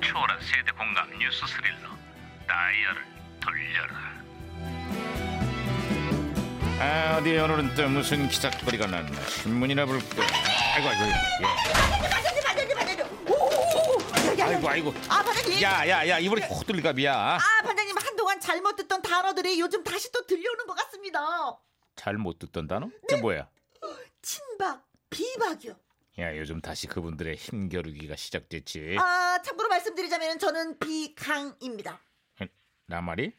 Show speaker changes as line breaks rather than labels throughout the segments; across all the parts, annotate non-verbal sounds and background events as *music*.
초월한 세대 공감 뉴스 스릴러 다이얼을 돌려라
아 어디 오늘은 또 무슨 기사거리가 났나 신문이나 볼까 아이고 아이고
반장님 반장님 반장님 오오오
예. 아이고, 아이고.
아 반장님
야야야 이번에 호들갑이야
아 반장님 한동안 잘못 듣던 단어들이 요즘 다시 또 들려오는 것 같습니다
잘 못 듣던 단어? 그게 뭐야
친박 비박이요
야 요즘 다시 그분들의 힘겨루기가 시작됐지
아 참고로 말씀드리자면 저는 비강입니다
나 말이?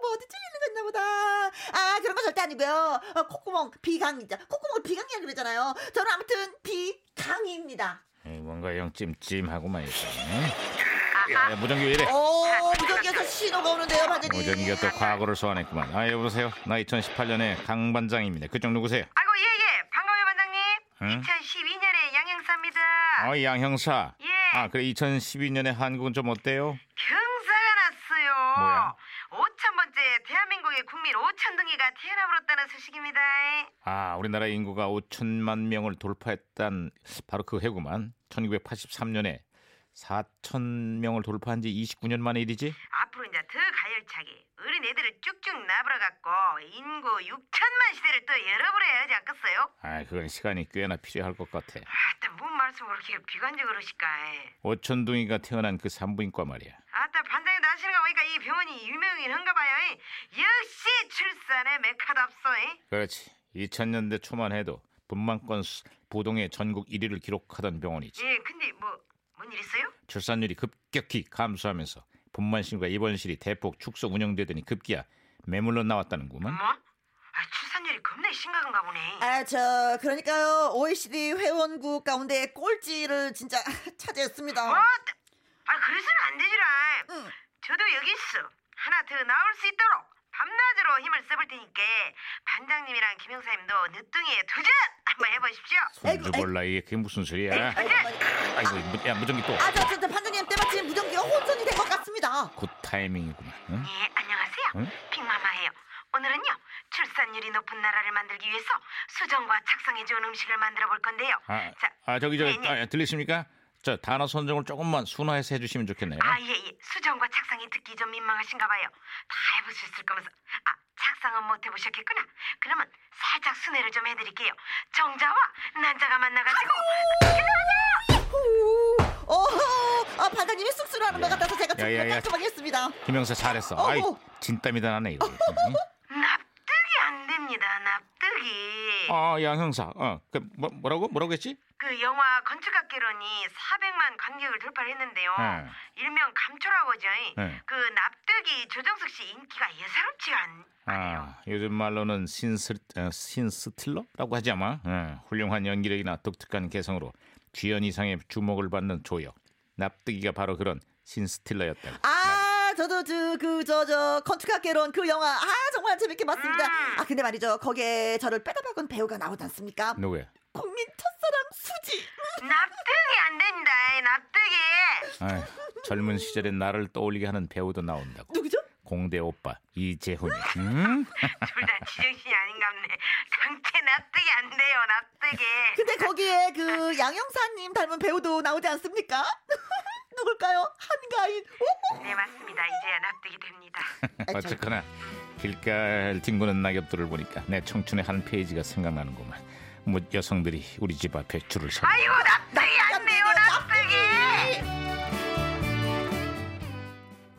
뭐 어디 찔리는 거 있나 보다. 아 그런 거 절대 아니고요. 어, 콧구멍 비강이죠. 콧구멍을 비강이라 그러잖아요. 저는 아무튼 비강입니다.
에이, 뭔가 영 찜찜하고만 있어 응? 야, 야 무전기 왜 이래
오 어, 무전기에서 신호가 오는데요, 반장님.
예. 무전기가 또 과거를 소환했구만 아 여보세요 나 2018년의 강반장입니다 그쪽 누구세요?
아이고 예예 반가워요 반장님
응?
2012년에 양형사입니다
어이 양 형사
예.
아 그래 2012년에 한국은 좀 어때요?
경사가 났어요
뭐야?
5천번째 대한민국의 국민 5천 등이가 태어나버렸다는 소식입니다
아, 우리나라 인구가 5천만 명을 돌파했단 바로 그 해구만. 1983년에 4천 명을 돌파한 지 29년 만의 일이지.
앞으로 이제 더 가열차게 어린 애들을 쭉쭉 나버려갖고 인구 6천만 시대를 또 열어버려야 하지 않겠어요?
아, 그건 시간이 꽤나 필요할 것 같아.
아따 뭔 말씀 그렇게 비관적으로 하실까
5천 둥이가 태어난 그 산부인과 말이야.
아따 반장님도 아시는 거 보니까 이 병원이 유명이긴 한가 봐요 역시 출산의 메카답소
그렇지. 2000년대 초만 해도 분만권 수- 보동의 전국 1위를 기록하던 병원이지.
예 근데 뭐 뭔 일 있어요?
출산율이 급격히 감소하면서 분만실과 입원실이 대폭 축소 운영되더니 급기야 매물로 나왔다는구만.
뭐? 아, 출산율이 겁나 심각한가 보네.
아저 그러니까요 OECD 회원국 가운데 꼴찌를 진짜 *laughs*
뭐?
차지했습니다. 어,
아, 그래서는 안 되지라.
응.
저도 여기 있어. 하나 더 나올 수 있도록 밤낮으로 힘을 써볼 테니까 반장님이랑 김 형사님도 늦둥이에 도전 한번 해보십시오.
아이고, 그,
손주벌라 이게 그게 무슨 소리야?
아이고,
아이고 무- 야 무전기 또.
아저 진짜 반장님 때마침 무전기가 혼선이 된 것 같습니다.
곧 타이밍이구만. 응?
예, 안녕하세요.
응?
빅마마예요. 오늘은요 출산율이 높은 나라를 만들기 위해서 수정과 착성에 좋은 음식을 만들어 볼 건데요.
아,
자,
아 저기 저기
네네.
아, 들리십니까? 저 단어 선정을 조금만 순화해서 해주시면 좋겠네요.
아, 예, 예. 수정과 착상이 듣기 좀 민망하신가 봐요. 다 해보셨을 거면서. 아, 착상은 못 해보셨겠구나. 그러면 살짝 순회를 좀 해드릴게요. 정자와 난자가 만나가지고.
후. 어허 아, 반장님이 쑥스러워하는 것 같아서 제가
야, 야,
정말
야.
깔끔하게 했습니다.
김영사 잘했어.
어우.
아이 진땀이 다 나네
*laughs*
이거. 응?
납득이 안 됩니다, 납득이.
아 양형사. 어그 뭐, 뭐라고 뭐라고 했지?
그 영화 건축학개론이 400만 관객을 돌파를 했는데요.
네.
일명 감초라고 하죠.
네.
그 납득이 조정석 씨 인기가 예사롭지가 않, 않아요.
아 요즘 말로는 신스 어, 신스틸러라고 하지 아마. 어, 훌륭한 연기력이나 독특한 개성으로 주연 이상의 주목을 받는 조역. 납득이가 바로 그런 신스틸러였다고.
아,
네.
저도 그저저 저, 건축학개론 그 영화 아 정말 재밌게 봤습니다. 아 근데 말이죠 거기에 저를 빼다 박은 배우가 나오지 않습니까?
누구야?
국민 첫사랑 수지. 아,
납득이 안 됩니다, 납득이.
아휴, 젊은 시절의 나를 떠올리게 하는 배우도 나온다고.
누구죠?
공대 오빠 이재훈이. 음?
둘 다 지정신이 아닌가보네. 당체 납득이 안 돼요, 납득이.
근데 거기에 그 양영사님 닮은 배우도 나오지 않습니까? *laughs* 누굴까요? 한가인. 오!
네 맞습니다. 이제야 납득이 됩니다.
저-
어쨌거나 길가를 뒹구는 낙엽들을 보니까 내 청춘의 한 페이지가 생각나는구만. 뭐 여성들이 우리 집 앞에 줄을 서.
아이고 납득이